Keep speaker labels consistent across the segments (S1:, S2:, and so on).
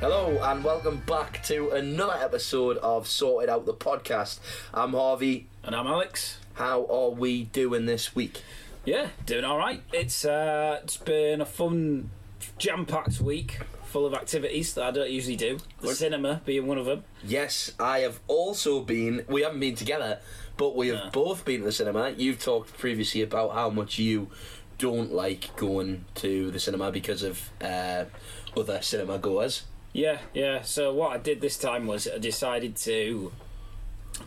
S1: Hello and welcome back to another episode of Sorted Out the Podcast. I'm Harvey.
S2: And I'm Alex.
S1: How are we doing this week?
S2: Yeah, doing all right. It's uh, it's been a fun, jam-packed week, full of activities that I don't usually do. The cinema being one of them.
S1: Yes, I have also been. We haven't been together, but we have
S2: No.
S1: both been to the cinema. You've talked previously about how much you don't like going to the cinema because of uh, other cinema goers.
S2: Yeah, yeah. So what I did this time was I decided to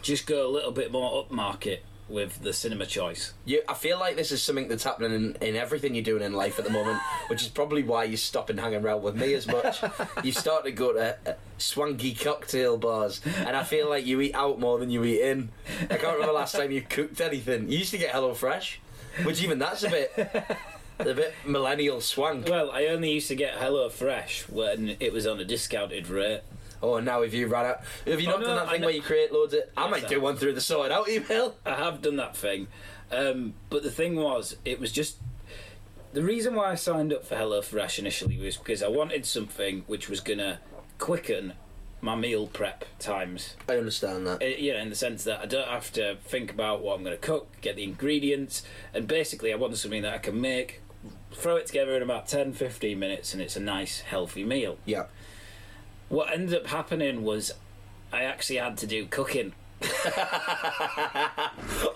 S2: just go a little bit more upmarket with the cinema choice.
S1: You, I feel like this is something that's happening in, in everything you're doing in life at the moment, which is probably why you're stopping hanging around with me as much. You've started to go to uh, swanky cocktail bars, and I feel like you eat out more than you eat in. I can't remember last time you cooked anything. You used to get Hello Fresh, which even that's a bit, a bit millennial swank.
S2: Well, I only used to get Hello Fresh when it was on a discounted rate.
S1: Oh, now have you ran out? Have you
S2: Oh,
S1: not
S2: no,
S1: done that
S2: I
S1: thing
S2: know-
S1: where you create loads of? I
S2: Yes,
S1: might
S2: I
S1: do
S2: have.
S1: one through the sort out email.
S2: I have done that thing. Um, but the thing was, it was just the reason why I signed up for HelloFresh initially was because I wanted something which was gonna quicken my meal prep times.
S1: I understand that.
S2: Uh, you know, in the sense that I don't have to think about what I'm gonna cook, get the ingredients, and basically I wanted something that I can make, throw it together in about 10, 15 minutes, and it's a nice, healthy meal.
S1: Yeah.
S2: What ended up happening was I actually had to do cooking.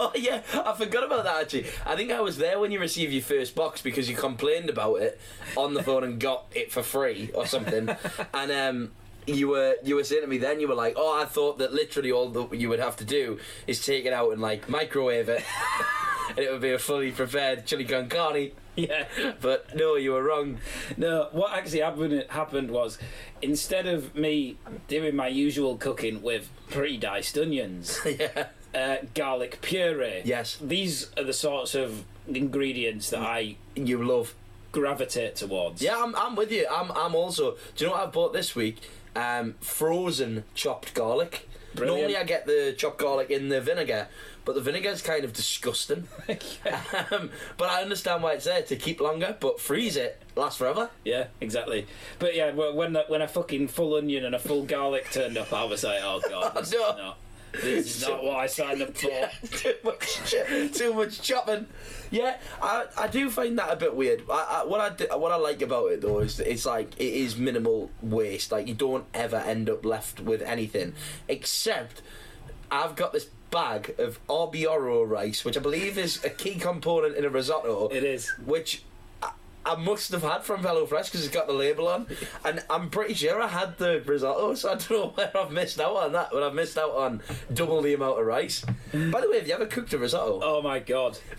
S1: Oh yeah, I forgot about that actually. I think I was there when you received your first box because you complained about it on the phone and got it for free or something. and um, you were you were saying to me then you were like, oh, I thought that literally all that you would have to do is take it out and like microwave it, and it would be a fully prepared chili con carne.
S2: Yeah.
S1: But no, you were wrong.
S2: No, what actually happened happened was instead of me doing my usual cooking with pre-diced onions,
S1: yeah.
S2: uh, garlic puree.
S1: Yes.
S2: these are the sorts of ingredients that I
S1: You love
S2: gravitate towards.
S1: Yeah, I'm, I'm with you. I'm, I'm also. Do you know what I bought this week? Um, frozen chopped garlic.
S2: Brilliant.
S1: Normally I get the chopped garlic in the vinegar, but the vinegar's kind of disgusting. um, but I understand why it's there to keep longer, but freeze it, lasts forever.
S2: yeah, exactly. But yeah, wh- when the, when a fucking full onion and a full garlic turned up, I was like, oh god, this
S1: no.
S2: is not this is not what I signed up for.
S1: too much, ch- too much chopping. Yeah, I, I do find that a bit weird. I, I, what I do- what I like about it though is that it's like it is minimal waste. Like you don't ever end up left with anything, except I've got this bag of arbioro rice, which I believe is a key component in a risotto.
S2: It is.
S1: which. I- I must have had from HelloFresh because it's got the label on, and I'm pretty sure I had the risotto, so I don't know where I've missed out on that. But I've missed out on double the amount of rice. By the way, have you ever cooked a risotto?
S2: Oh my god,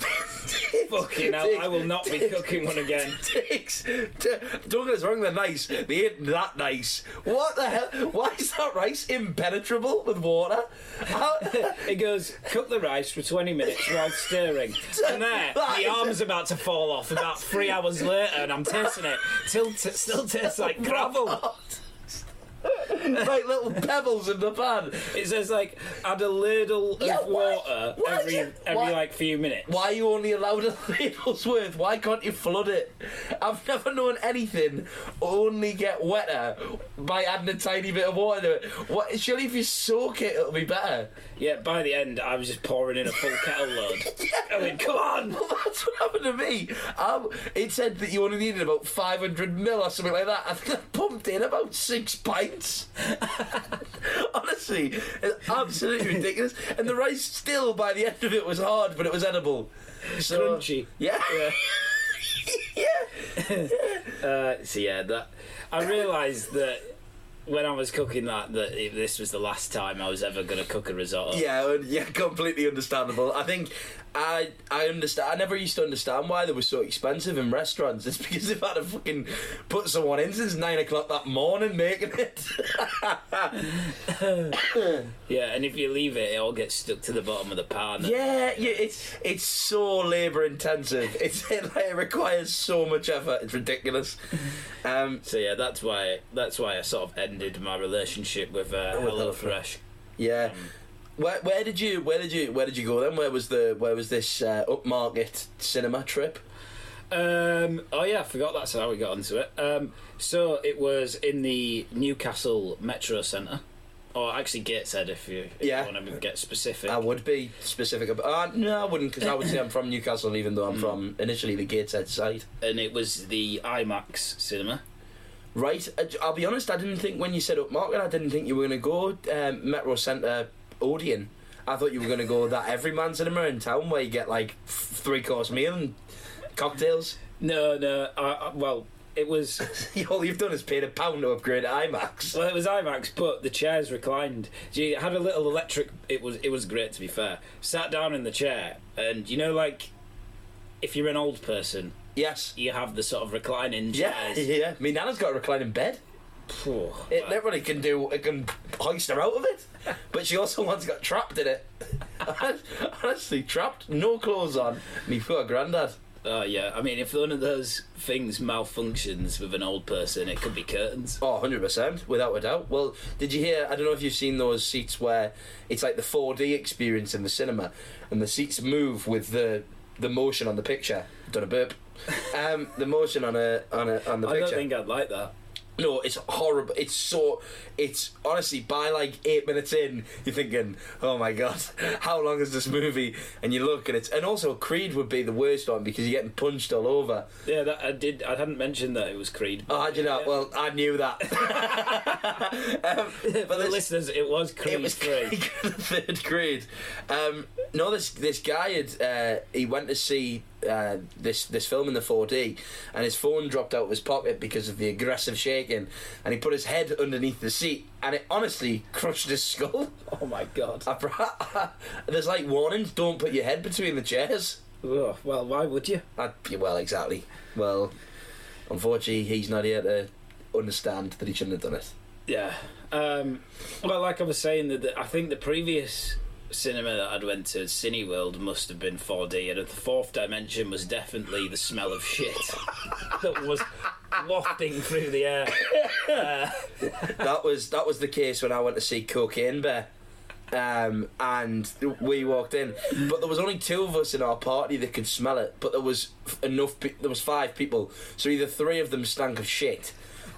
S2: fucking hell, I will not be cooking one again.
S1: Dicks. D- Don't get us wrong, they're nice. They ain't that nice. What the hell? Why is that rice impenetrable with water? How-
S2: It goes, cook the rice for 20 minutes while stirring. And there,
S1: That is-
S2: the arm's about to fall off about three hours later, and I'm tasting it. Till t- still tastes like gravel.
S1: like little pebbles in the pan.
S2: It says, like, add a ladle
S1: Yeah,
S2: of
S1: why-
S2: water
S1: why
S2: every,
S1: do-
S2: every
S1: why-
S2: like, few minutes.
S1: Why are you only allowed a label's worth? Why can't you flood it? I've never known anything only get wetter by adding a tiny bit of water to it. What, surely if you soak it, it'll be better.
S2: Yeah, by the end, I was just pouring in a full kettle load. I mean, come on!
S1: Well, that's what happened to me. Um, it said that you only needed about 500 mil or something like that. I think I pumped in about six pints. Honestly, it's absolutely ridiculous. And the rice still, by the end of it, was hard, but it was edible. So,
S2: Crunchy.
S1: Yeah. yeah.
S2: Uh, so yeah, that I realised that when I was cooking that, that it, this was the last time I was ever going to cook a risotto.
S1: Yeah, and- yeah, completely understandable. I think I I understand. I never used to understand why they were so expensive in restaurants. It's because they've had to fucking put someone in since nine o'clock that morning making it.
S2: Yeah, and if you leave it, it all gets stuck to the bottom of the pan.
S1: yeah, yeah, it's it's so labour intensive. It's it, like, it requires so much effort. It's ridiculous. Um,
S2: So yeah, that's why that's why I sort of ended my relationship with uh,
S1: with
S2: HelloFresh.
S1: Oh, yeah. Where, where did you where did you where did you go then? Where was the where was this uh, upmarket cinema trip?
S2: Um, oh yeah, I forgot that's how we got into it. Um, so it was in the Newcastle Metro Centre, or actually Gateshead if you, if
S1: Yeah.
S2: you want to get specific.
S1: I would be specific about. Uh, no, I wouldn't, because I would say I'm from Newcastle, even though I'm from initially the Gateshead side.
S2: and it was the IMAX cinema.
S1: Right, uh, I'll be honest. I didn't think when you said upmarket, I didn't think you were going to go um, Metro Centre Odeon. I thought you were going to go that everyman cinema in town where you get like three course meal and cocktails.
S2: No, no. I, I, well, it was
S1: All you've done is paid a pound to upgrade to IMAX.
S2: well, it was IMAX, but the chairs reclined. You had a little electric. It was it was great to be fair. Sat down in the chair, and you know, like if you're an old person,
S1: Yes.
S2: you have the sort of reclining
S1: Yeah,
S2: chairs.
S1: yeah. Me nana's got a reclining bed.
S2: Phew.
S1: It literally can do. It can hoist her out of it, but she also once got trapped in it. Honestly, trapped, no clothes on. Me poor granddad.
S2: Oh yeah, I mean, if one of those things malfunctions with an old person, it could be curtains.
S1: Oh, 100%, without a doubt. Well, did you hear? I don't know if you've seen those seats where it's like the 4D experience in the cinema and the seats move with the the motion on the picture. Done a burp. Um, the motion on a on a on the
S2: I
S1: picture.
S2: don't think I'd like that.
S1: No, it's horrible. It's so. It's honestly by like eight minutes in, you're thinking, "Oh my god, how long is this movie?" And you look, and it's and also Creed would be the worst one because you're getting punched all over.
S2: Yeah, that, I did. I hadn't mentioned that it was Creed.
S1: Oh, how'd you know? Well, I knew that. um,
S2: For the
S1: this-
S2: listeners, it was Creed.
S1: it was
S2: three.
S1: third grade. Um, no, this this guy had uh, he went to see uh, this this film in the 4D, and his phone dropped out of his pocket because of the aggressive shaking, and he put his head underneath the seat, and it honestly crushed his skull.
S2: Oh my god.
S1: I bra- There's like warnings: don't put your head between the chairs.
S2: Oh, well, why would you?
S1: I, well, exactly. Well, unfortunately, he's not here to understand that he shouldn't have done it.
S2: Yeah. Um, well, like I was saying, that the, I think the previous cinema that I'd went to, Cineworld, must have been 4D, and the fourth dimension was definitely the smell of shit that was wafting through the air.
S1: that was that was the case when I went to see Cocaine Bear. Um, and we walked in, but there was only two of us in our party that could smell it. But there was f- enough. Pe- there was five people, so either three of them stank of shit,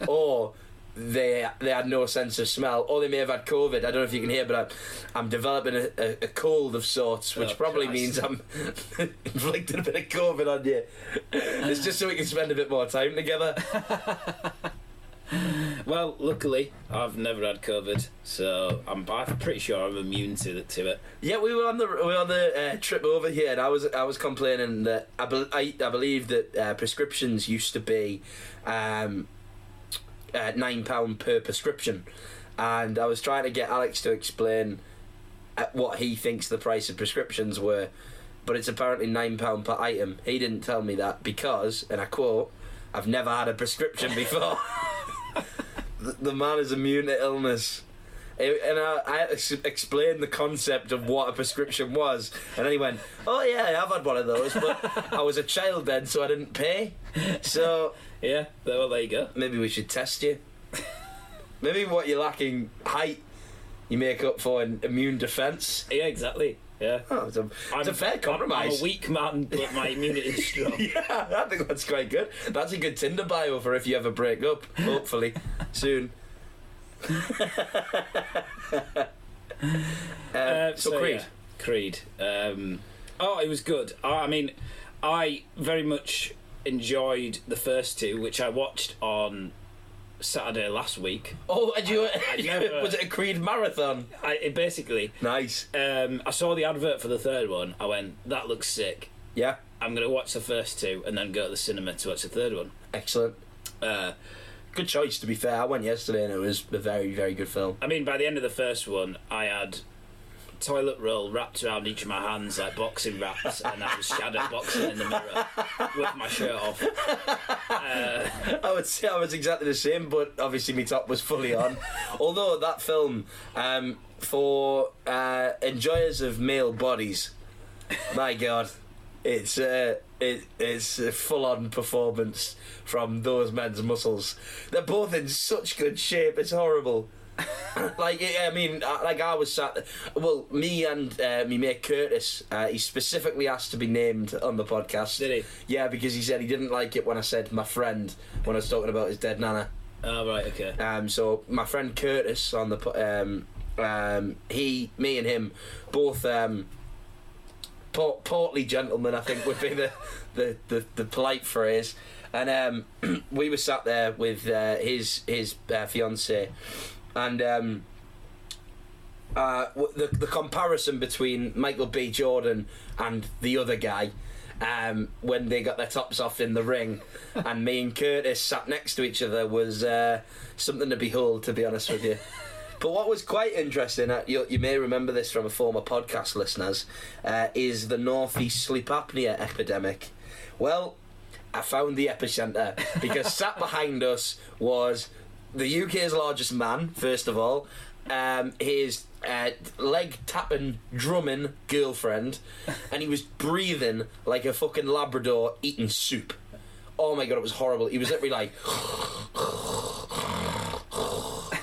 S1: or they they had no sense of smell, or they may have had COVID. I don't know if you can hear, but I'm, I'm developing a, a, a cold of sorts, which
S2: Oh,
S1: probably
S2: Christ.
S1: means I'm inflicting a bit of COVID on you. It's just so we can spend a bit more time together.
S2: Well, luckily, I've never had COVID, so I'm, I'm pretty sure I'm immune to, it- to it.
S1: Yeah, we were on the we were on the uh, trip over here, and I was I was complaining that I bel I, I believe that uh, prescriptions used to be um, uh, nine pound per prescription, and I was trying to get Alex to explain uh, what he thinks the price of prescriptions were, but it's apparently nine pound per item. He didn't tell me that because, and I quote, "I've never had a prescription before." the, the man is immune to illness. It- and I, I ex- explained the concept of what a prescription was, and then he went, "Oh yeah, I've had one of those, but I was a child then, so I didn't pay. So
S2: Yeah, there- well, there you go.
S1: maybe we should test you. Maybe what you're lacking height, you make up for in immune defence.
S2: Yeah, exactly. Yeah.
S1: Oh, it's a, it's a fair
S2: I'm
S1: compromise.
S2: a weak man, but my immunity is strong.
S1: yeah, I think that's quite good. That's a good Tinder bio for if you ever break up. Hopefully, soon. Uh,
S2: Uh,
S1: so, Creed.
S2: yeah, Creed. Um, oh, it was good. I, I mean, I very much enjoyed the first two, which I watched on Saturday last week.
S1: Oh, and you,
S2: never-
S1: was it a Creed marathon?
S2: I it basically,
S1: Nice.
S2: um, I saw the advert for the third one. I went, that looks sick.
S1: Yeah,
S2: I'm going to watch the first two and then go to the cinema to watch the third one.
S1: excellent.
S2: Uh,
S1: Good choice, to be fair. I went yesterday and it was a very, very good film.
S2: I mean, by the end of the first one, I had toilet roll wrapped around each of my hands like boxing wraps, and I was shadow boxing in the mirror with my shirt off.
S1: I would say I was exactly the same, but obviously my top was fully on. Although that film, um, for uh, enjoyers of male bodies, my God, it's uh, it, it's a full-on performance from those men's muscles. They're both in such good shape. It's horrible. like yeah, I mean, I- like I was sat. Well, me and uh, me mate Curtis, uh, he specifically asked to be named on the podcast.
S2: Did
S1: he? Yeah, because he said he didn't like it when I said my friend when I was talking about his dead nana.
S2: Oh, right, okay.
S1: Um, so my friend Curtis on the po- um, um, he, me, and him both um, port- portly gentlemen. I think would be the the, the, the polite phrase. And um, we were sat there with uh, his his uh, fiance, and um, uh, w- the the comparison between Michael B. Jordan and the other guy. Um, when they got their tops off in the ring, and me and Curtis sat next to each other was uh, something to behold, to be honest with you. But what was quite interesting, uh, you, you may remember this from a former podcast listeners, uh, is the northeast sleep apnea epidemic. Well, I found the epicenter because sat behind us was the UK's largest man, first of all, um, his uh, leg tapping, drumming girlfriend, and he was breathing like a fucking Labrador eating soup. Oh my god, it was horrible. He was literally like.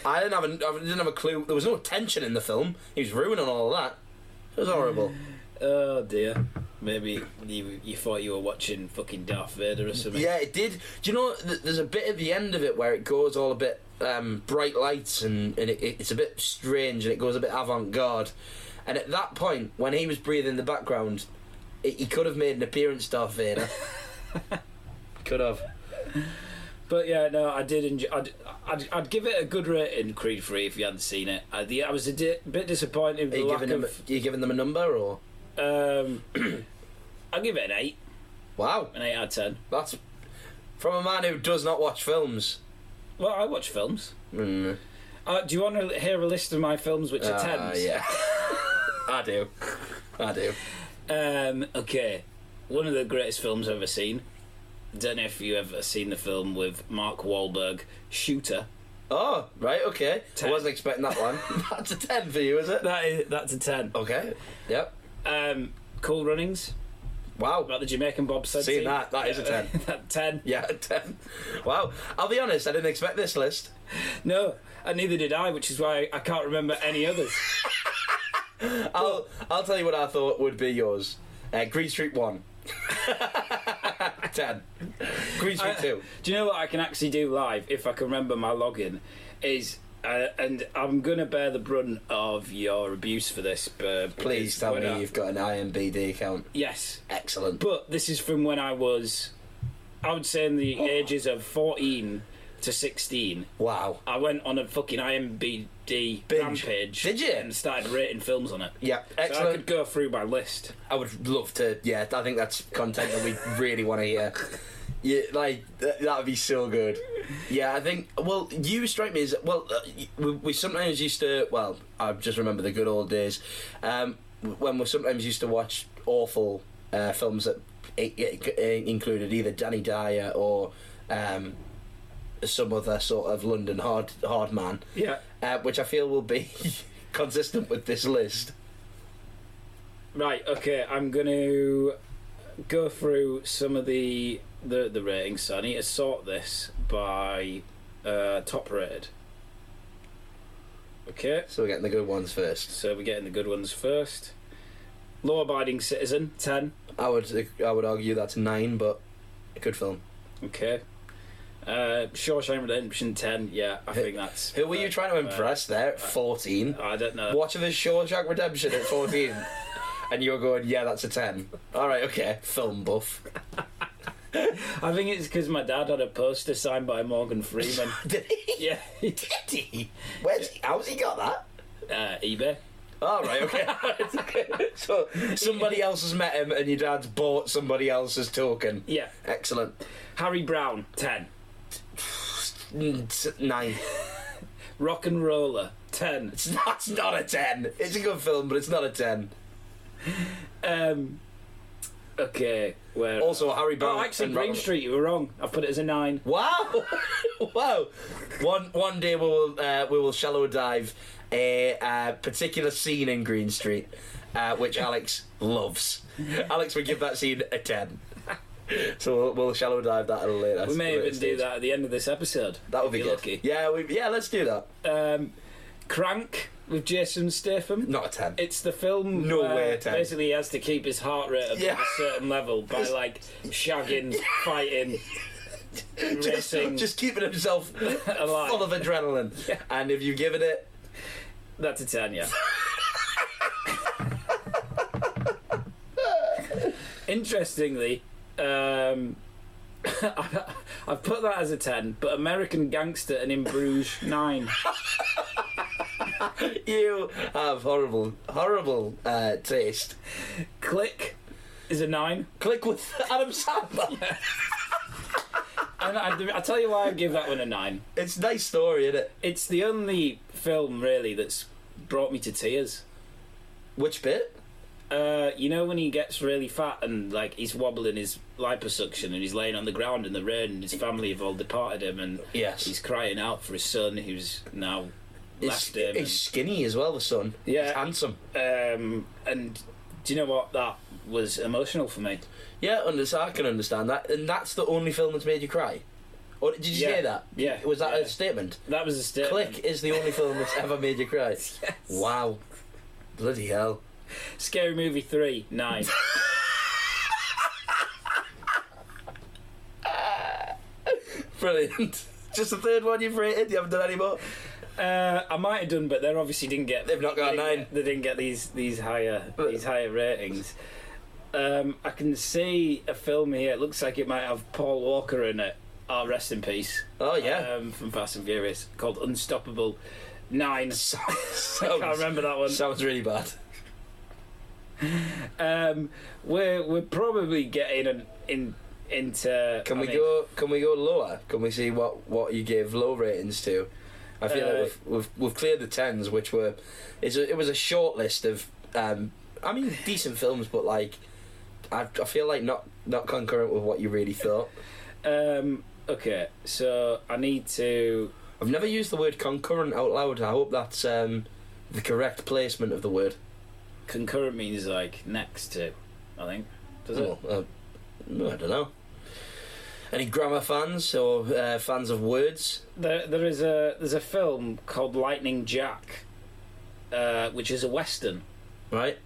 S1: I didn't have a, I didn't have a clue. There was no tension in the film. He was ruining all that. It was horrible.
S2: Oh, dear. Maybe you, you thought you were watching fucking Darth Vader or something.
S1: Yeah, it did. Do you know? Th- there's a bit at the end of it where it goes all a bit um, bright lights and and it, it's a bit strange and it goes a bit avant-garde. And at that point, when he was breathing in the background, it, he could have made an appearance, Darth Vader. could have.
S2: But yeah, no, I did enjoy. I'd, I'd, I'd give it a good rating, Creed Three, if you hadn't seen it. I, the, I was a di- bit disappointed. With
S1: Are
S2: the
S1: you
S2: lack
S1: giving them?
S2: of,
S1: Are you giving them a number or?
S2: um, I'll give it an eight,
S1: Wow,
S2: an eight out of ten.
S1: that's from a man who does not watch films.
S2: Well, I watch films.
S1: Mm.
S2: Uh, do you want to hear a list of my films which are
S1: Uh,
S2: tens?
S1: yeah, I do. I do.
S2: Um, okay, one of the greatest films I've ever seen. Don't know if you ever seen the film with Mark Wahlberg, Shooter.
S1: Oh, right, okay.
S2: Ten.
S1: I wasn't expecting that one. That's a 10 for you, is it?
S2: That is that's a ten.
S1: Okay, yep.
S2: Um, cool Runnings
S1: Wow.
S2: about the Jamaican bobsled.
S1: Seen
S2: team.
S1: that, that is a 10.
S2: that ten.
S1: Yeah, a 10. Wow. I'll be honest, I didn't expect this list.
S2: No, and neither did I, which is why I can't remember any others.
S1: I'll, I'll tell you what I thought would be yours uh, Green Street 1. 10. Green Street 2.
S2: Do you know what I can actually do live if I can remember my login? Is uh, and I'm gonna bear the brunt of your abuse for this, but
S1: Please tell me you've got an IMBD account.
S2: Yes,
S1: Excellent.
S2: but this is from when I was, I would say, in the
S1: Oh.
S2: ages of 14 to 16.
S1: Wow.
S2: I went on a fucking IMBD rampage.
S1: Did you?
S2: And started rating films on it.
S1: Yeah,
S2: So I could
S1: excellent.
S2: go through my list.
S1: I would love to. Yeah, I think that's content that we really want to hear. Yeah, like th- that would be so good. Yeah, I think. Well, you strike me as well. Uh, y- we, we sometimes used to. Well, I just remember the good old days um, when we sometimes used to watch awful uh, films that i i included either Danny Dyer or um, some other sort of London hard hard man,
S2: Yeah.
S1: uh, which I feel will be consistent with this list.
S2: Right. Okay. I'm gonna go through some of the the, the ratings. So I need to sort this by uh, top rated. Okay.
S1: So we're getting the good ones first.
S2: So we're getting the good ones first. Law abiding citizen ten.
S1: I would I would argue that's nine, but a good film.
S2: Okay. Uh, Shawshank Redemption ten. Yeah, I think that's.
S1: Who were you trying to impress there? Fourteen.
S2: I don't know.
S1: Watching the Shawshank Redemption at fourteen, and you're going, yeah, that's a ten. All right, okay, film buff.
S2: I think it's because my dad had a poster signed by Morgan Freeman.
S1: Did he?
S2: yeah.
S1: Did he? Where's he, how's he got that?
S2: Uh, eBay.
S1: All right, okay. It's okay. So somebody else has met him, and your dad's bought somebody else's token.
S2: Yeah.
S1: Excellent.
S2: Harry Brown ten.
S1: Mm, t- Nine.
S2: Rock and Roller, 10.
S1: It's not, it's not a ten. It's a good film, but it's not a ten.
S2: Um, okay, where?
S1: Also, Harry Brown.
S2: oh, actually,
S1: and
S2: Green
S1: Robert-
S2: Street, you were wrong. I've put it as a 9.
S1: Wow, wow! One one day we will uh, we will shallow dive a, uh particular scene in Green Street, uh, which Alex loves. Alex would give that scene a ten. So we'll, we'll shallow dive that at a later.
S2: We may
S1: later
S2: even do
S1: stage.
S2: that at the end of this episode.
S1: That would be
S2: if
S1: good.
S2: you're lucky.
S1: Yeah, we, yeah, let's do that.
S2: Um, Crank with Jason Statham.
S1: Not a 10.
S2: It's the film
S1: No
S2: where
S1: way, Ted.
S2: basically he has to keep his heart rate above
S1: Yeah.
S2: a certain level by like shagging, fighting,
S1: just,
S2: racing.
S1: just keeping himself
S2: Alive.
S1: full of adrenaline. And if you give it it,
S2: That's a ten, yeah. Interestingly, um, I've put that as a ten, but American Gangster and In Bruges nine.
S1: you have horrible, horrible uh, taste.
S2: Click is a nine.
S1: Click with Adam Sandler.
S2: And I, I tell you why I give that one a nine.
S1: It's a nice story, isn't it?
S2: It's the only film really that's brought me to tears.
S1: Which bit?
S2: Uh, you know when he gets really fat and like he's wobbling his liposuction and he's laying on the ground in the rain and his family have all departed him and
S1: Yes.
S2: he's crying out for his son who's now
S1: He's,
S2: left him.
S1: he's skinny as well, the son. He's
S2: Yeah.
S1: handsome.
S2: um, and do you know what? That was emotional for me.
S1: Yeah, under, so I can understand that. And that's the only film that's made you cry. Or did you
S2: Yeah.
S1: say that?
S2: Yeah.
S1: Was that
S2: Yeah.
S1: a statement?
S2: That was a statement.
S1: Click is the only film that's ever made you cry. Wow. Bloody hell.
S2: Scary Movie three nine.
S1: Brilliant. Just the third one you've rated, you haven't done any more.
S2: Uh, I might have done, but they obviously didn't get.
S1: They've not got a
S2: they
S1: nine.
S2: didn't get- They didn't get these these higher
S1: But-
S2: these higher ratings. Um, I can see a film here. It looks like it might have Paul Walker in it. Oh, rest in peace.
S1: Oh yeah.
S2: Um, from Fast and Furious, called Unstoppable Nine. I
S1: sounds,
S2: can't remember that one.
S1: sounds really bad.
S2: Um, we're we're probably getting an, in into.
S1: Can
S2: I
S1: we
S2: mean,
S1: go can we go lower? Can we see what, what you gave low ratings to? I feel
S2: Uh,
S1: like we've, we've we've cleared the tens, which were it's a, it was a short list of um I mean decent films, but like I, I feel like not not concurrent with what you really thought.
S2: Um, okay, so I need to.
S1: I've never used the word concurrent out loud. I hope that's um, the correct placement of the word.
S2: Concurrent means like next to. I think. Does it?
S1: Well, uh, I don't know. Any grammar fans or uh, fans of words?
S2: There, there is a there's a film called Lightning Jack, uh, which is a western.
S1: Right?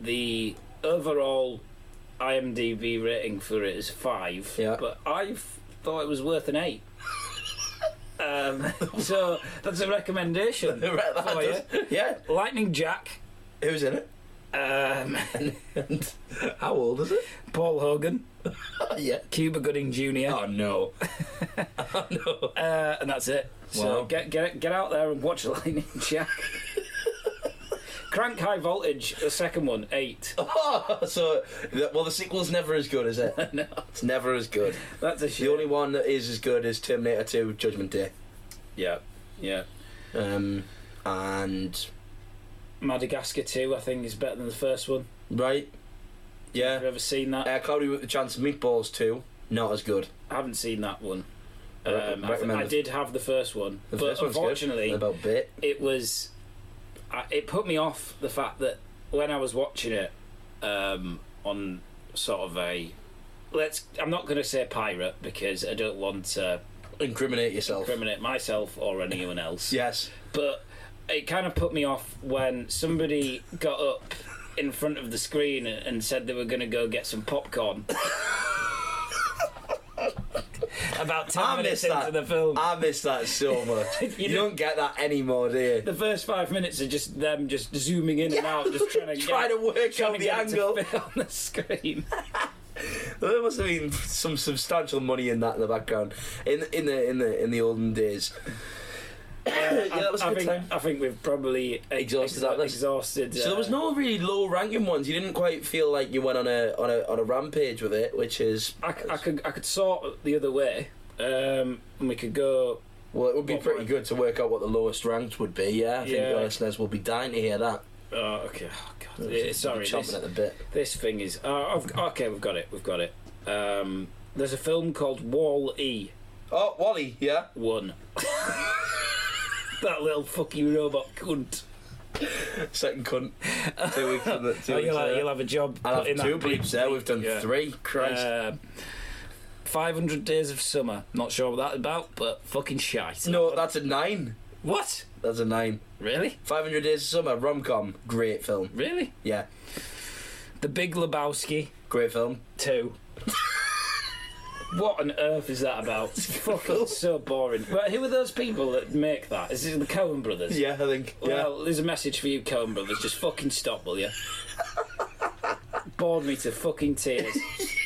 S2: The overall IMDb rating for it is five,
S1: Yeah.
S2: but I thought it was worth an eight. um, so that's a recommendation.
S1: Right, that
S2: Oh,
S1: does- yeah.
S2: Lightning Jack,
S1: Who's in it?
S2: um,
S1: And how old is it?
S2: Paul Hogan,
S1: Oh, yeah.
S2: Cuba Gooding Jr.,
S1: Oh no. oh no.
S2: uh, and that's it. So
S1: Wow.
S2: get get get out there and watch Lightning Jack. Crank High Voltage, the second one, eight.
S1: so, the- well, the sequel's never as good, is it? no. It's never as good.
S2: That's a
S1: The only one that is as good is Terminator 2 Judgment Day.
S2: Yeah, yeah.
S1: Um, and.
S2: Madagascar 2, I think, is better than the first one.
S1: Right?
S2: Have
S1: Yeah.
S2: you ever seen that?
S1: Uh, Cloudy with the Chance of Meatballs 2. Not as good.
S2: I haven't seen that one.
S1: I
S2: Um,
S1: re-
S2: I, th-
S1: recommend
S2: I
S1: it.
S2: did have the first one,
S1: The
S2: but
S1: first one's
S2: unfortunately,
S1: good. About bit.
S2: it was. I, it put me off the fact that when I was watching it um, on sort of a. Let's. I'm not going to say pirate because I don't want to
S1: Incriminate yourself.
S2: criminate myself or anyone else.
S1: yes.
S2: but it kind of put me off when somebody got up in front of the screen and said they were going to go get some popcorn. About 10
S1: I
S2: minutes
S1: missed that.
S2: into the film.
S1: I miss that so much. you,
S2: know-
S1: don't get that anymore, do you?
S2: the first five minutes are just them just zooming in and out, just trying to get,
S1: Try to work
S2: trying
S1: out
S2: to
S1: the
S2: get it to
S1: angle.
S2: fit on the screen.
S1: There must have been some substantial money in that in the background. In in the in the in the olden days. yeah, that was a
S2: I,
S1: good
S2: think,
S1: time.
S2: I think we've probably
S1: Exhausted that list.
S2: Exhausted. uh,
S1: So there was no really low ranking ones. You didn't quite feel like you went on a on a on a rampage with it, which is
S2: I, c- I could I could sort the other way, um, and we could go
S1: well, it would be
S2: What
S1: pretty
S2: one?
S1: good to work out what the lowest ranked would be. Yeah, I think
S2: Yeah.
S1: the listeners will be dying to hear that.
S2: Oh, okay. Oh, God. Yeah, sorry,
S1: chomping
S2: this,
S1: at the bit.
S2: this thing is. Uh, I've, okay, we've got it. We've got it. Um, there's a film called Wall E
S1: Oh, Wally, yeah.
S2: One. that little fucking robot cunt.
S1: Second cunt. Two weeks from the two
S2: Oh,
S1: weeks
S2: you'll, have,
S1: later.
S2: you'll have a job.
S1: I'll
S2: putting
S1: have two
S2: that big
S1: bleeps there. We've done
S2: yeah.
S1: three. Christ.
S2: Um, 500 Days of Summer. Not sure what that's about, but fucking shite.
S1: no, that's a nine.
S2: What?
S1: That's a nine.
S2: Really?
S1: 500 Days of Summer, rom com, great film.
S2: Really?
S1: Yeah,
S2: The Big Lebowski
S1: great film.
S2: two. what on earth is that about? Fucking so boring. Well, who are those people that make that? Is it the Cohen brothers?
S1: Yeah, I think. Yeah.
S2: Well, there's a message for you, Cohen brothers. Just fucking stop, will you? Bored me to fucking tears.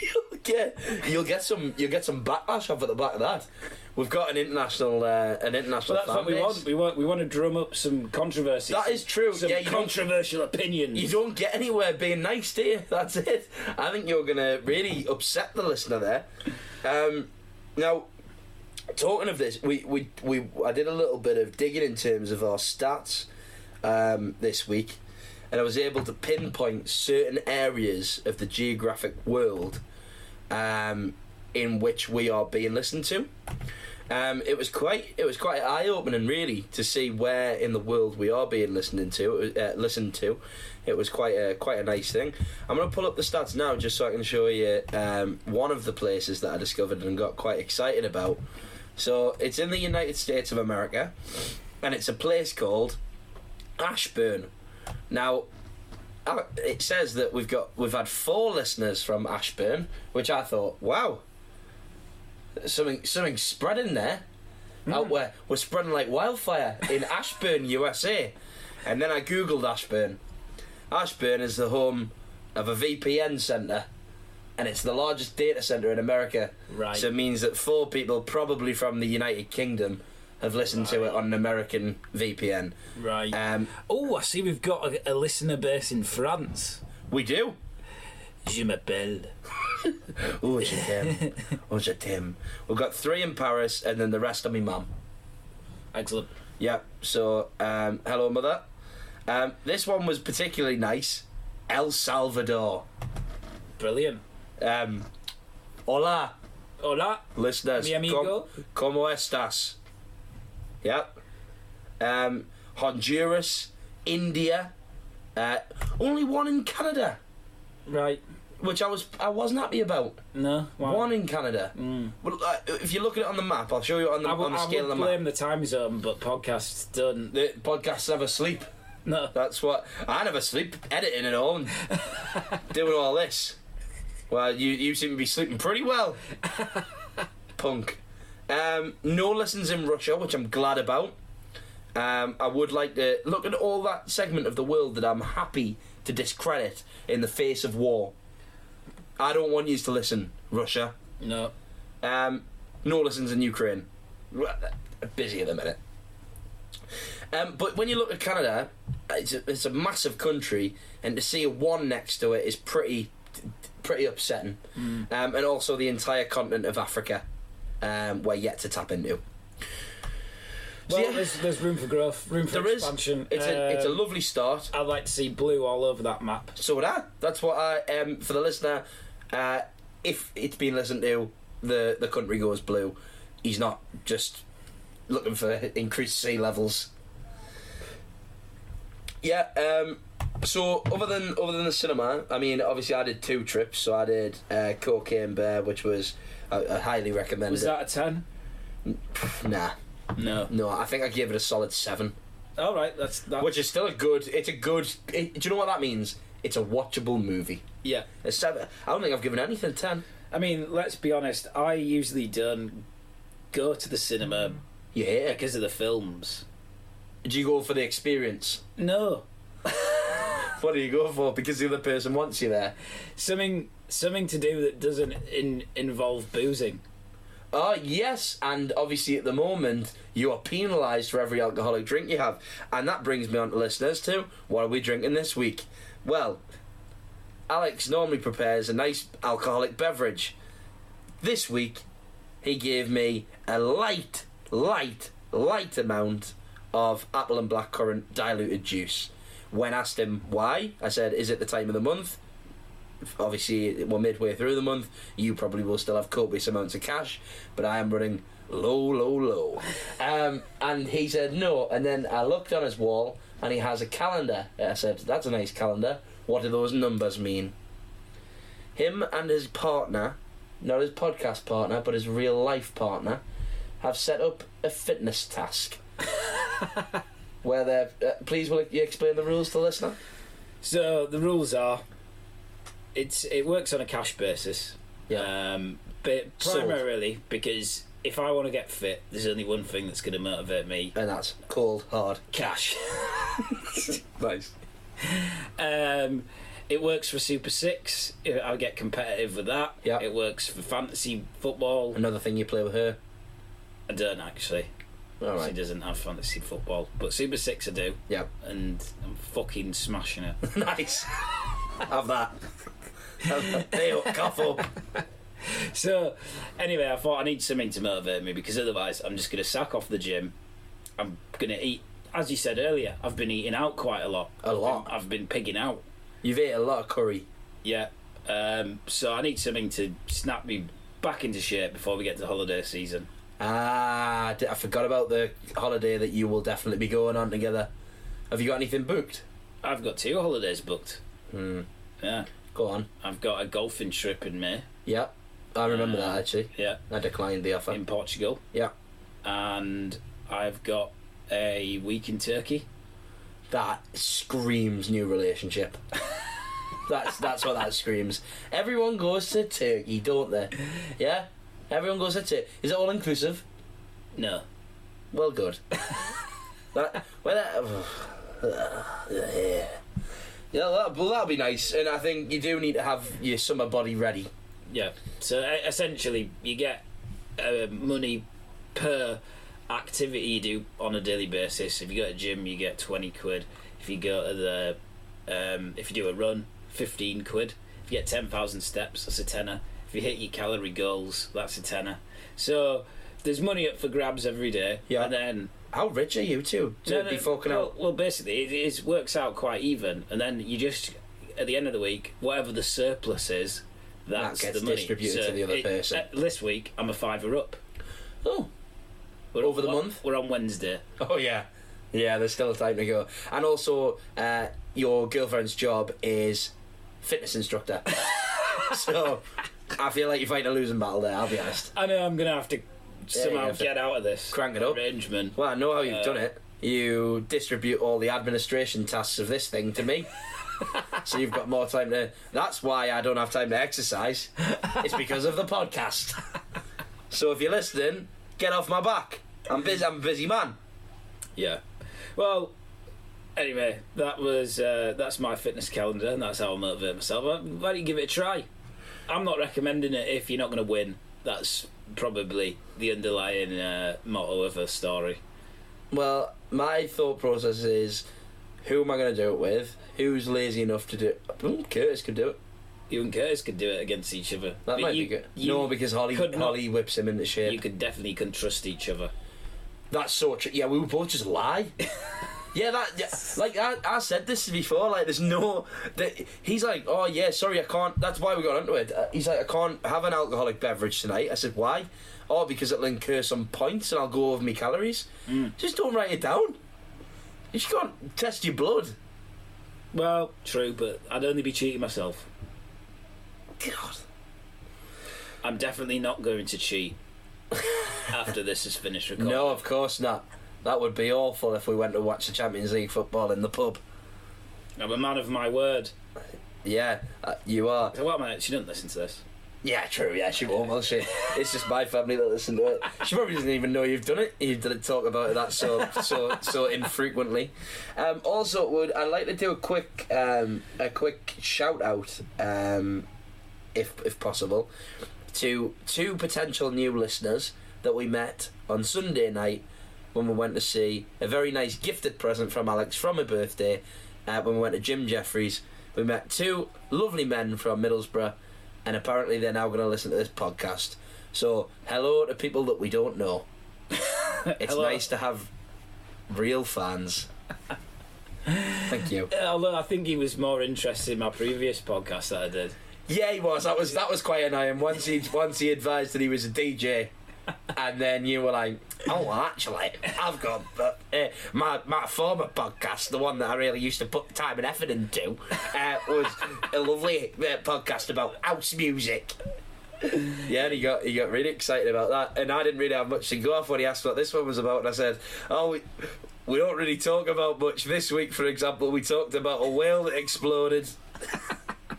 S1: yeah, you'll get some. You'll get some backlash off at the back of that. We've got an international, uh, an international.
S2: Well,
S1: fan
S2: that's what we
S1: base.
S2: want. We want we want to drum up some controversy.
S1: That is true.
S2: Some
S1: Yeah, you don't-
S2: controversial opinions.
S1: You don't get anywhere being nice, do you? That's it. I think you're going to really upset the listener there. Um, now, talking of this, we, we, we I did a little bit of digging in terms of our stats um, this week, and I was able to pinpoint certain areas of the geographic world um, in which we are being listened to. Um, it was quite it was quite eye opening really to see where in the world we are being listened to uh, listened to. It was quite a quite a nice thing. I'm gonna pull up the stats now just so I can show you um, one of the places that I discovered and got quite excited about. So it's in the United States of America, and it's a place called Ashburn. Now, uh, it says that we've got we've had four listeners from Ashburn, which I thought, wow, something something spreading there. Out where we're spreading like wildfire in Ashburn, USA. And then I googled Ashburn. Ashburn is the home of a VPN center, and it's the largest data center in America.
S2: Right.
S1: So it means that four people, probably from the United Kingdom, have listened to it on an American VPN.
S2: right.
S1: Um,
S2: oh, I see. We've got a, a listener base in France.
S1: we do.
S2: Je m'appelle.
S1: Oh, je t'aime. Oh, je t'aime. We've got three in Paris, and then the rest are my mum.
S2: Excellent.
S1: Yep. So, um, hello, mother. Um, this one was particularly nice. El Salvador.
S2: Brilliant.
S1: Um, hola,
S2: Hola,
S1: listeners.
S2: mi amigo.
S1: Com- ¿Cómo estás? Yep. Um, Honduras, India. Uh, only one in Canada,
S2: Right.
S1: which I was I wasn't happy about.
S2: No. why? Mm.
S1: One in Canada. Well, uh, if you look at it on the map, I'll show you on the,
S2: I would,
S1: on the
S2: I
S1: scale
S2: would
S1: of the map.
S2: blame the time zone, but podcasts don't.
S1: The podcasts never sleep.
S2: No.
S1: That's what I never sleep editing and all, and doing all this. Well, you you seem to be sleeping pretty well, punk. Um, no lessons in Russia, which I'm glad about. Um, I would like to look at all that segment of the world that I'm happy to discredit in the face of war. I don't want you to listen, Russia.
S2: No.
S1: Um, no listens in Ukraine. Well, they're Busy at the minute. Um, but when you look at Canada, it's a, it's a massive country, and to see a one next to it is pretty pretty upsetting.
S2: Mm.
S1: Um, and also the entire continent of Africa, um, we're yet to tap into. So,
S2: Well,
S1: yeah.
S2: there's, there's room for growth, room for
S1: There is.
S2: expansion.
S1: It's a it's a
S2: Um,
S1: lovely start.
S2: I'd like to see blue all over that map.
S1: So would I. That's what I um, for the listener. Uh, if it's been listened to, the the country goes blue. He's not just looking for increased sea levels. Yeah. Um, so other than other than the cinema, I mean, obviously I did two trips. So I did uh, Cocaine Bear, which was I, I highly recommend.
S2: Was
S1: it.
S2: that a 10?
S1: Nah,
S2: No.
S1: no. I think I gave it a solid seven,
S2: All right, that's that.
S1: which is still a good. It's a good. It, do you know what that means? It's a watchable movie.
S2: yeah.
S1: A seven. I don't think I've given anything a ten.
S2: I mean, let's be honest. I usually don't go to the cinema
S1: Yeah.
S2: because of the films.
S1: Do you go for the experience?
S2: No,
S1: What do you go for? Because the other person wants you there.
S2: something something to do that doesn't in, involve boozing.
S1: Oh, yes. And obviously, at the moment, you are penalised for every alcoholic drink you have. And that brings me on to listeners, too. What are we drinking this week? Well, Alex normally prepares a nice alcoholic beverage. This week, he gave me a light, light, light amount of apple and blackcurrant diluted juice. When asked him why, I said, Is it the time of the month? Obviously, we're midway through the month. You probably will still have copious amounts of cash, but I am running low, low, low. Um, and he said no. And then I looked on his wall and he has a calendar. I said, That's a nice calendar. What do those numbers mean? Him and his partner, not his podcast partner, but his real life partner, have set up a fitness task. where they're. Uh, please, will you explain the rules to the listener?
S2: So the rules are, it's it works on a cash basis. Um, but
S1: Sold.
S2: primarily because if I want to get fit, there's only one thing that's going to motivate me:
S1: And that's cold, hard.
S2: cash.
S1: Nice.
S2: Um, it works for Super Six. I I'll get competitive with that.
S1: Yeah.
S2: It works for fantasy football.
S1: Another thing you play with her.
S2: I don't actually.
S1: All
S2: She
S1: right.
S2: doesn't have fantasy football, but Super Six I do,
S1: Yeah.
S2: and I'm fucking smashing it.
S1: nice. Have that. Have that. Hey, up, cough up.
S2: so, anyway, I thought I need something to motivate me because otherwise I'm just going to sack off the gym. I'm going to eat. As you said earlier, I've been eating out quite a lot.
S1: A lot.
S2: I've been pigging out.
S1: You've ate a lot of curry.
S2: Yeah. Um, so I need something to snap me back into shape before we get to holiday season.
S1: Ah, I d- I forgot about the holiday that you will definitely be going on together. Have you got anything booked?
S2: I've got two holidays booked.
S1: Hmm.
S2: Yeah.
S1: Go on.
S2: I've got a golfing trip in May.
S1: Yeah. I remember
S2: Uh,
S1: that actually.
S2: Yeah.
S1: I declined the offer.
S2: In Portugal.
S1: Yeah.
S2: And I've got a week in Turkey.
S1: That screams new relationship. that's that's what that screams. Everyone goes to Turkey, don't they? Yeah. Everyone goes to Turkey. Is it all inclusive?
S2: No.
S1: Well, good. that well, that, yeah. Yeah, that, well, that'll be nice. And I think you do need to have your summer body ready.
S2: Yeah. So e- essentially, you get uh, money per activity you do on a daily basis. If you go to gym, you get twenty quid. If you go to the, um, if you do a run, fifteen quid. If you get ten thousand steps, that's a tenner. If you hit your calorie goals, that's a tenner. So there's money up for grabs every day.
S1: Yeah.
S2: And then
S1: How rich are you two to
S2: no,
S1: be
S2: no,
S1: fucking
S2: well,
S1: out?
S2: Well, basically, it is, works out quite even, and then you just at the end of the week, whatever the surplus is, that's
S1: gets
S2: the money.
S1: distributed to the other person.
S2: uh, this week, I'm a fiver up.
S1: Oh,
S2: We're
S1: Over the
S2: we're-
S1: month?
S2: We're on Wednesday.
S1: oh yeah, yeah. There's still time to go. And also, uh, your girlfriend's job is fitness instructor. so I feel like you're fighting a losing battle there. I'll be honest.
S2: I know I'm gonna have to somehow
S1: have to
S2: get out of this
S1: crank it up.
S2: arrangement.
S1: Well, I know how you've
S2: Uh,
S1: done it. You distribute all the administration tasks of this thing to me. so you've got more time to. That's why I don't have time to exercise. It's because of the podcast. so if you're listening, get off my back. I'm busy. I'm a busy man.
S2: Yeah. Well, anyway, that was uh, that's my fitness calendar, and that's how I motivate myself. Uh, Why don't you give it a try? I'm not recommending it if you're not going to win. That's probably the underlying uh, motto of her story.
S1: Well, my thought process is, who am I going to do it with? Who's lazy enough to do it? Hmm, Curtis could do it.
S2: You and Curtis could do it against each other.
S1: That
S2: But
S1: might
S2: you,
S1: be good.
S2: You,
S1: no, because Holly
S2: could not-
S1: Holly whips him into shape.
S2: you could definitely can trust each other.
S1: That's so true. Yeah, we would both just lie. yeah, that. Yeah, like I, I said this before. Like, there's no. That he's like, oh yeah, sorry, I can't. That's why we got into it. Uh, he's like, I can't have an alcoholic beverage tonight. I said, why? Oh, because it'll incur some points and I'll go over my calories. Just don't write it down. You just can't test your blood.
S2: Well, true, but I'd only be cheating myself.
S1: God.
S2: I'm definitely not going to cheat after this is finished recording.
S1: No, of course not. That would be awful if we went to watch the Champions League football in the pub.
S2: I'm a man of my word.
S1: Yeah, uh, you are.
S2: So what am I? She didn't listen to this.
S1: Yeah, true. Yeah, she won't. Well, she. It's just my family that listen to it. She probably doesn't even know you've done it. You didn't talk about it that so so so infrequently. Um, also, would I like to do a quick um, a quick shout out, um, if if possible, to two potential new listeners that we met on Sunday night when we went to see a very nice gifted present from Alex from her birthday. Uh, when we went to Jim Jeffries, we met two lovely men from Middlesbrough and apparently they're now going to listen to this podcast. So, hello to people that we don't know. It's
S2: Hello.
S1: nice to have real fans. Thank you.
S2: Although I think he was more interested in my previous podcast that I did.
S1: Yeah, he was. That was that was quite annoying. Once he once he advised that he was a DJ, and then you were like, "Oh, actually, I've got uh, uh, my my former podcast, the one that I really used to put time and effort into, uh, was a lovely uh, podcast about house music." Yeah, and he got he got really excited about that, and I didn't really have much to go off when he asked what this one was about, and I said, "Oh, we, We don't really talk about much. This week, for example, we talked about a whale that exploded.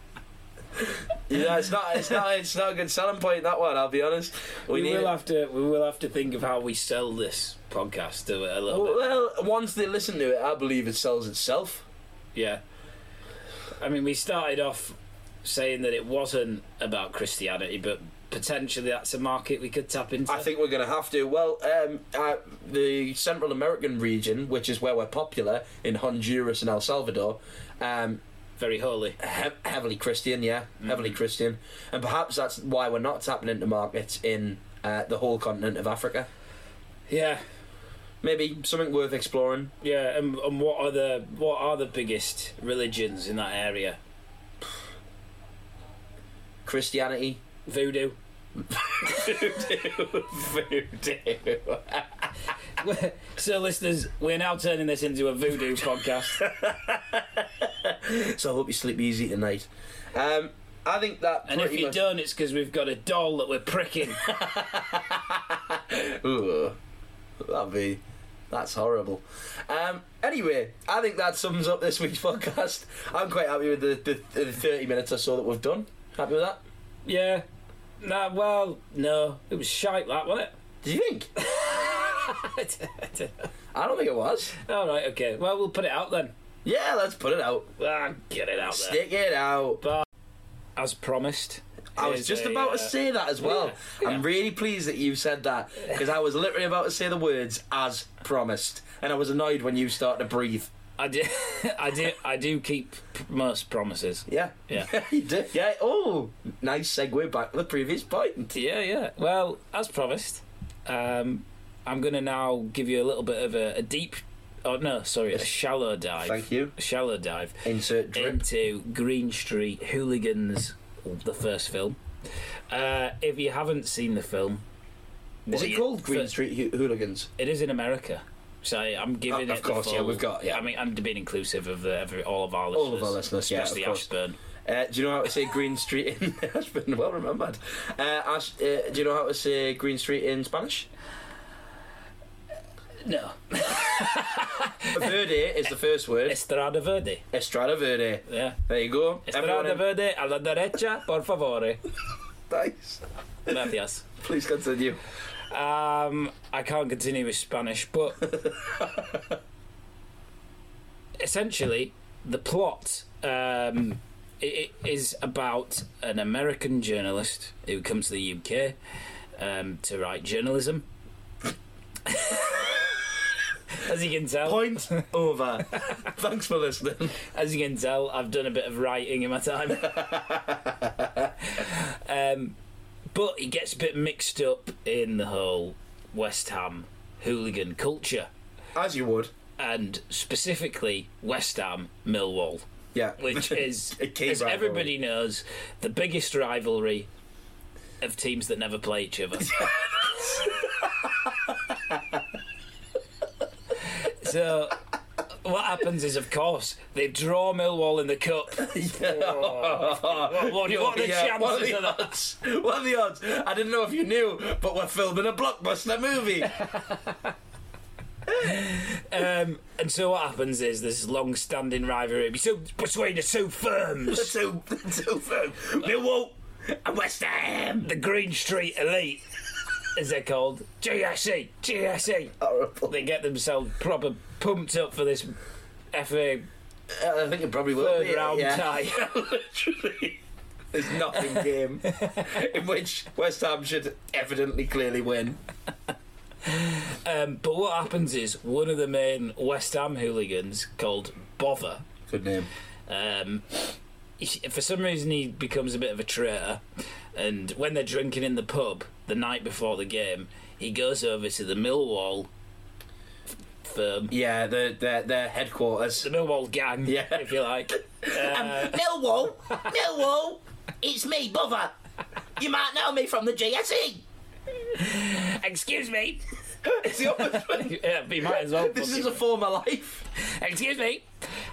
S1: yeah, it's not, it's not, it's not a good selling point. That one, I'll be honest.
S2: We,
S1: need.
S2: will have to. We will have to think of how we sell this podcast to a little bit.
S1: well, once they listen to it, I believe it sells itself.
S2: Yeah. I mean, we started off saying that it wasn't about Christianity, but potentially that's a market we could tap into.
S1: I think we're going to have to. Well, um, uh, the Central American region, which is where we're popular in Honduras and El Salvador, um,
S2: very holy.
S1: he- heavily Christian, yeah, heavily
S2: Mm.
S1: Christian, and perhaps that's why we're not tapping into markets in uh, the whole continent of Africa.
S2: Yeah,
S1: Maybe something worth exploring.
S2: yeah. And, and what are the what are the biggest religions in that area?
S1: Christianity.
S2: Voodoo. so, listeners, we're now turning this into a voodoo podcast,
S1: so I hope you sleep easy tonight. Um, I think that.
S2: and if
S1: pretty
S2: you
S1: much-
S2: don't, it's because we've got a doll that we're pricking.
S1: Ooh, that'd be. That's horrible. Um, anyway, I think that sums up this week's podcast. I'm quite happy with the, the, the 30 minutes or so that we've done. Happy with that?
S2: yeah. Nah. Well, no. It was shite, that wasn't
S1: Do you think?
S2: it?
S1: I don't think it was.
S2: All right. Okay. Well, we'll put it out then.
S1: Yeah, let's put it out.
S2: Ah, get it out there.
S1: Stick it out.
S2: As promised.
S1: I was
S2: is
S1: just
S2: a,
S1: about
S2: uh,
S1: to say that as well.
S2: yeah.
S1: I'm really pleased that you said that because I was literally about to say the words as promised, and I was annoyed when you started to breathe.
S2: I do. I do. I do keep p- most promises.
S1: Yeah,
S2: Yeah.
S1: you did. Yeah. Oh, nice segue back to the previous point.
S2: Yeah, yeah. Well, as promised, um, I'm going to now give you a little bit of a, a deep, oh no, sorry, a shallow dive.
S1: Thank you.
S2: A shallow dive
S1: Insert drip.
S2: into Green Street Hooligans, the first film. Uh, if you haven't seen the film,
S1: Is
S2: what
S1: it
S2: you-
S1: called Green
S2: for-
S1: Street Hoo- Hooligans?
S2: It is in America. So I'm giving
S1: Oh,
S2: it.
S1: of course,
S2: the
S1: yeah,
S2: full-
S1: we've got- yeah.
S2: I mean, I'm being inclusive of the, every, all of our listeners,
S1: All of our listeners, yeah,
S2: especially
S1: of course.
S2: Ashburn.
S1: Uh, do you know how to say Green Street in Ashburn? Well remembered. Uh, Ash, uh, do you know how to say Green Street in Spanish?
S2: No,
S1: Verde is the first word.
S2: Estrada Verde.
S1: Estrada Verde.
S2: Yeah.
S1: There you go. Everyone
S2: Estrada
S1: in-
S2: Verde, a la derecha, por favor.
S1: Thanks.
S2: Gracias.
S1: Please continue.
S2: Um, I can't continue with Spanish, but essentially, the plot um, i i is about an American journalist who comes to the UK um, to write journalism. As you can tell,
S1: Point over. Thanks for listening.
S2: as you can tell, I've done a bit of writing in my time. um, but it gets a bit mixed up in the whole West Ham hooligan culture,
S1: As you would. and
S2: and specifically West Ham Millwall,
S1: Yeah.
S2: which is,
S1: A key
S2: as
S1: rivalry.
S2: everybody knows, the biggest rivalry of teams that never play each other. so. What happens is, of course, they draw Millwall in the cup. What, what, what are the
S1: Yeah, what are
S2: chances
S1: the
S2: of that?
S1: odds? What are the odds? I didn't know if you knew, but we're filming a blockbuster movie.
S2: Um, and so what happens is this long-standing rivalry be- so- between the two firms,
S1: so, so firm. Millwall and West Ham.
S2: the Green Street Elite, as they're called, E, GSE, GSE.
S1: Horrible.
S2: They get themselves proper pumped up for this FA
S1: I think it probably will
S2: third
S1: be.
S2: round
S1: yeah.
S2: tie.
S1: Literally. There's nothing game in which West Ham should evidently clearly win.
S2: Um, but what happens is one of the main West Ham hooligans called Bother.
S1: Good name.
S2: Um, he- for some reason, he becomes a bit of a traitor, and when they're drinking in the pub the night before the game, he goes over to the Millwall f- firm,
S1: Yeah, their their, their headquarters.
S2: the Millwall gang,
S1: Yeah.
S2: if you like. Uh,
S1: Millwall, Millwall, it's me, Bother. You might know me from the E. GSE.
S2: excuse me.
S1: It's the opposite.
S2: yeah, he might as well.
S1: this
S2: fucking-
S1: is a former life.
S2: excuse me.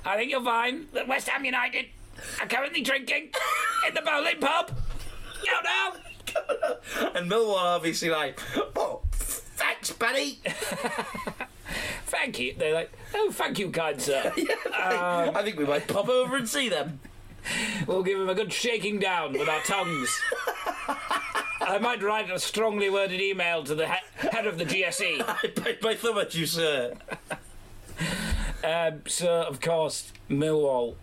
S2: I think you'll find that West Ham United are currently drinking in the bowling pub. No, no.
S1: And Millwall obviously like, oh, thanks, buddy.
S2: thank you. They're like, oh, thank you, kind sir.
S1: I think we might pop over and see them.
S2: We'll give him a good shaking down with our tongues. I might write a strongly worded email to the he- head of the E. GSE.
S1: I paid my thumb at you, sir.
S2: Um, so of course Millwall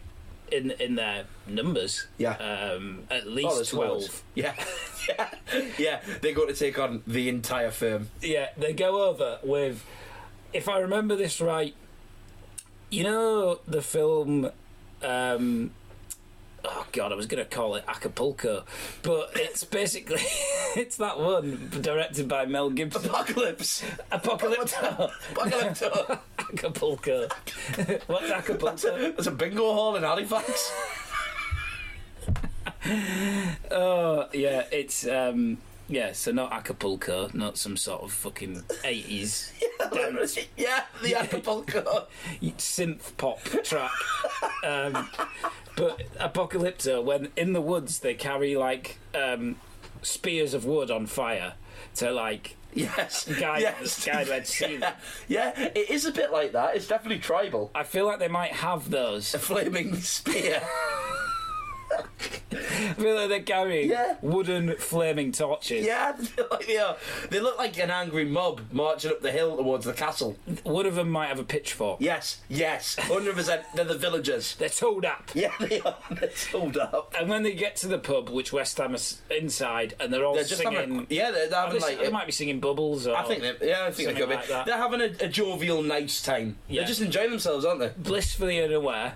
S2: in in their numbers.
S1: Yeah.
S2: Um, at
S1: Oh,
S2: least
S1: there's
S2: twelve.
S1: loads. Yeah. yeah. Yeah. They're going to take on the entire firm.
S2: Yeah, they go over with. If I remember this right, you know the film. Um, oh God, I was going to call it Acapulco, but it's basically it's that one directed by Mel Gibson.
S1: Apocalypse.
S2: Apocalypto.
S1: Apocalypse.
S2: Acapulco. What's Acapulco?
S1: There's a bingo hall in Halifax.
S2: Oh yeah, it's um yeah, so not Acapulco, not some sort of fucking eighties
S1: yeah, the Acapulco.
S2: synth pop track. Um, but Apocalypto, when in the woods they carry like um, spears of wood on fire to like
S1: Yes.
S2: guide
S1: yes.
S2: guide where to see them.
S1: yeah. yeah, it is a bit like that. It's definitely tribal.
S2: I feel like they might have those.
S1: A flaming spear.
S2: I feel like they're carrying
S1: Yeah.
S2: wooden flaming torches.
S1: Yeah, they look like they are. They look like an angry mob marching up the hill towards the castle.
S2: One of them might have a pitchfork.
S1: Yes, yes, hundred percent. They're the villagers.
S2: They're towed up.
S1: Yeah, they are. They're sold up.
S2: And when they get to the pub, which West Ham is inside, and they're all
S1: They're just
S2: singing.
S1: having. A, yeah, they're, they're
S2: Oh,
S1: having
S2: this-
S1: like.
S2: they might be singing bubbles. Or
S1: I think they. Yeah, I think they're
S2: Something
S1: going.
S2: like that.
S1: they're having a, a jovial, nice time.
S2: Yeah.
S1: They're just enjoying themselves, aren't they?
S2: blissfully unaware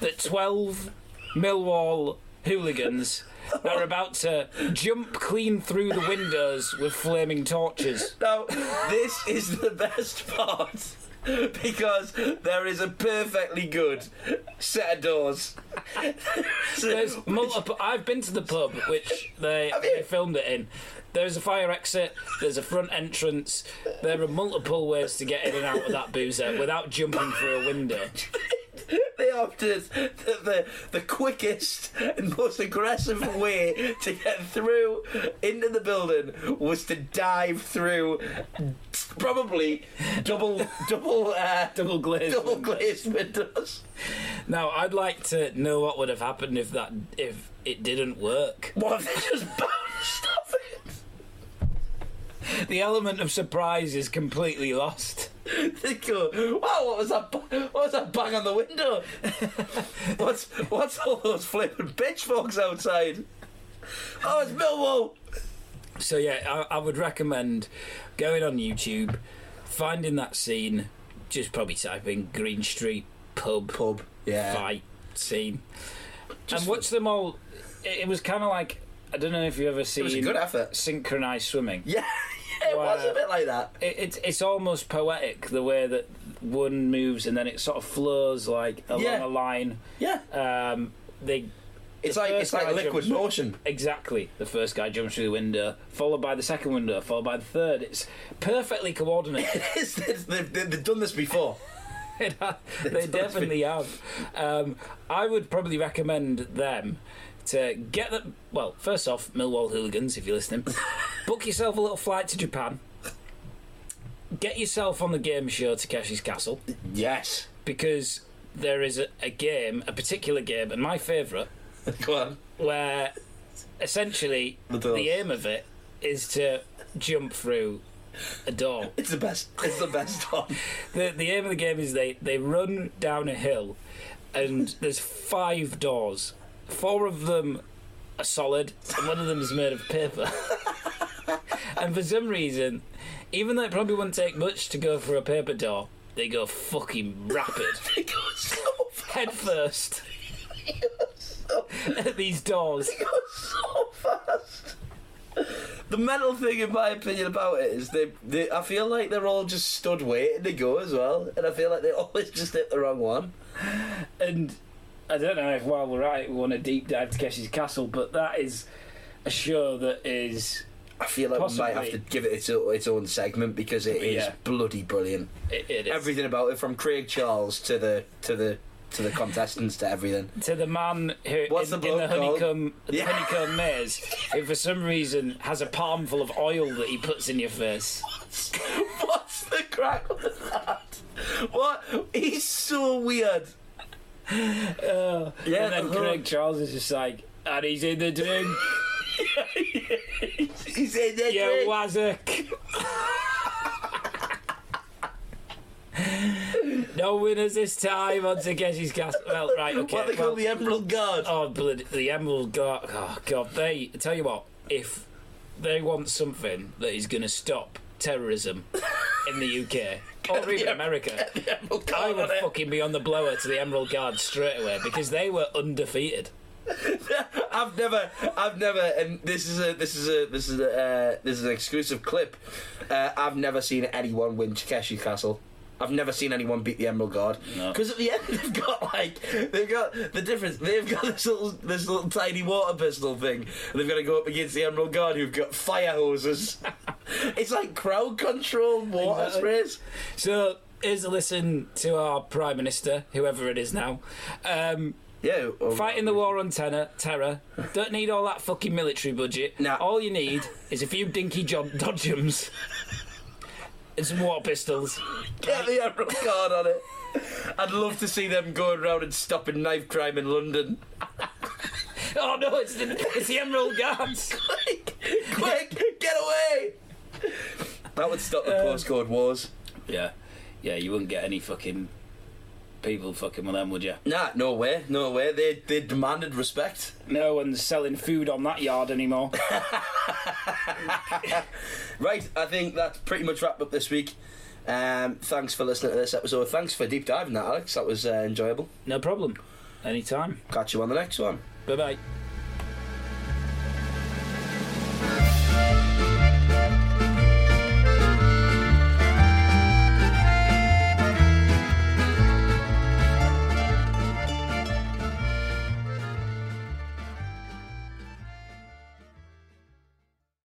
S2: that twelve Millwall hooligans are about to jump clean through the windows with flaming torches.
S1: Now, this is the best part because there is a perfectly good set of doors.
S2: There's multiple. I've been to the pub, which they, they filmed it in. There's a fire exit. There's a front entrance. There are multiple ways to get in and out of that boozer without jumping through a window.
S1: They are just the, the, the quickest and most aggressive way to get through into the building was to dive through probably double double uh,
S2: Double glazed.
S1: double glazed windows.
S2: Now, I'd like to know what would have happened if that if it didn't work.
S1: What if they just bounced off it?
S2: The element of surprise is completely lost.
S1: They go, wow, what was that? ba- What was that bang on the window? what's what's all those flipping pitchforks outside? Oh, it's Millwall.
S2: So yeah, I, I would recommend going on YouTube, finding that scene, just probably typing Green Street pub
S1: Pub, yeah.
S2: fight scene, and watch them all. It, it was kind of like I don't know if you ever
S1: It was a
S2: seen
S1: good effort.
S2: synchronized swimming.
S1: Yeah, yeah it was
S2: Wow.
S1: a bit like that.
S2: It, it's it's almost poetic the way that one moves and then it sort of flows like along
S1: Yeah.
S2: a line.
S1: Yeah,
S2: Um, they
S1: it's like
S2: first
S1: it's like
S2: guy
S1: liquid
S2: jumps-
S1: motion.
S2: Exactly. The first guy jumps through the window, followed by the second window, followed by the third. It's perfectly coordinated.
S1: It's- it's- they've, they've done this before.
S2: they definitely have. Um, I would probably recommend them to get the well. First off, Millwall hooligans, if you're listening, book yourself a little flight to Japan. Get yourself on the game show Takeshi's Castle
S1: Yes,
S2: because there is a, a game, a particular game, and my favourite,
S1: go on.
S2: where essentially
S1: The
S2: the
S1: doors.
S2: aim of it is to jump through a door.
S1: It's the best. It's the best one.
S2: The, the aim of the game is they, they run down a hill, and there's five doors. Four of them are solid, and one of them is made of paper. and for some reason, even though it probably wouldn't take much to go through a paper door, they go fucking rapid,
S1: It goes so fast.
S2: head first,
S1: It goes so
S2: at these doors.
S1: It goes so fast. The mental thing, in my opinion, about it is they, they. I feel like they're all just stood waiting to go as well, and I feel like they always just hit the wrong one.
S2: And I don't know if while we're at it, we want to deep dive to Keshi's Castle, but that is a show that is
S1: I feel like we might have to
S2: Possibly.
S1: give it its, o- its own segment because it is
S2: Yeah.
S1: bloody brilliant.
S2: it, it is
S1: Everything about it, from Craig Charles to the to the to the contestants to everything.
S2: to the man who
S1: What's
S2: in,
S1: the
S2: in the
S1: bloke called?
S2: honeycomb the
S1: Yeah.
S2: honeycomb maze who for some reason has a palm full of oil that he puts in your face.
S1: What's the crack with that? What? He's so weird.
S2: Uh,
S1: Yeah,
S2: and then
S1: the whole-
S2: Craig Charles is just like, and he's in the drink,
S1: He's in there.
S2: you
S1: drink.
S2: wazzock. no winners this time on Takeshi's Gas. Well, right, okay.
S1: What they call
S2: well-
S1: the Emerald Guard.
S2: Oh, bloody, the Emerald Guard. Oh, God. They, I tell you what, if they want something that is going to stop terrorism in the UK or even America,
S1: Emerald
S2: I
S1: Guard eh?
S2: would
S1: on it.
S2: fucking be on the blower to the Emerald Guard straight away because they were undefeated.
S1: I've never, I've never, and this is a, this is a, this is a, uh, this is an exclusive clip. Uh, I've never seen anyone win Takeshi Castle. I've never seen anyone beat the Emerald Guard
S2: No.
S1: because at the end they've got like they've got the difference. They've got this little this little tiny water pistol thing. And they've got to go up against the Emerald Guard who've got fire hoses. it's like crowd control water
S2: Exactly.
S1: sprays.
S2: So here's a listen to our Prime Minister, whoever it is now. Um,
S1: Yeah, oh,
S2: Fighting the war on tenor, terror. Don't need all that fucking military budget.
S1: Nah.
S2: All you need is a few dinky job dodgems and some water pistols.
S1: Get the Emerald Guard on it. I'd love to see them going around and stopping knife crime in London.
S2: Oh no, it's the, it's the Emerald Guards.
S1: quick, quick, get away! Uh, That would stop the postcode wars.
S2: Yeah, yeah, you wouldn't get any fucking people fucking with them, would you?
S1: Nah, no way, no way. They they demanded respect.
S2: No one's selling food on that yard anymore.
S1: Right, I think that's pretty much wrapped up this week. Um, thanks for listening to this episode. Thanks for deep diving that, Alex. That was uh, enjoyable.
S2: no problem. Anytime.
S1: Catch you on the next one.
S2: Bye bye.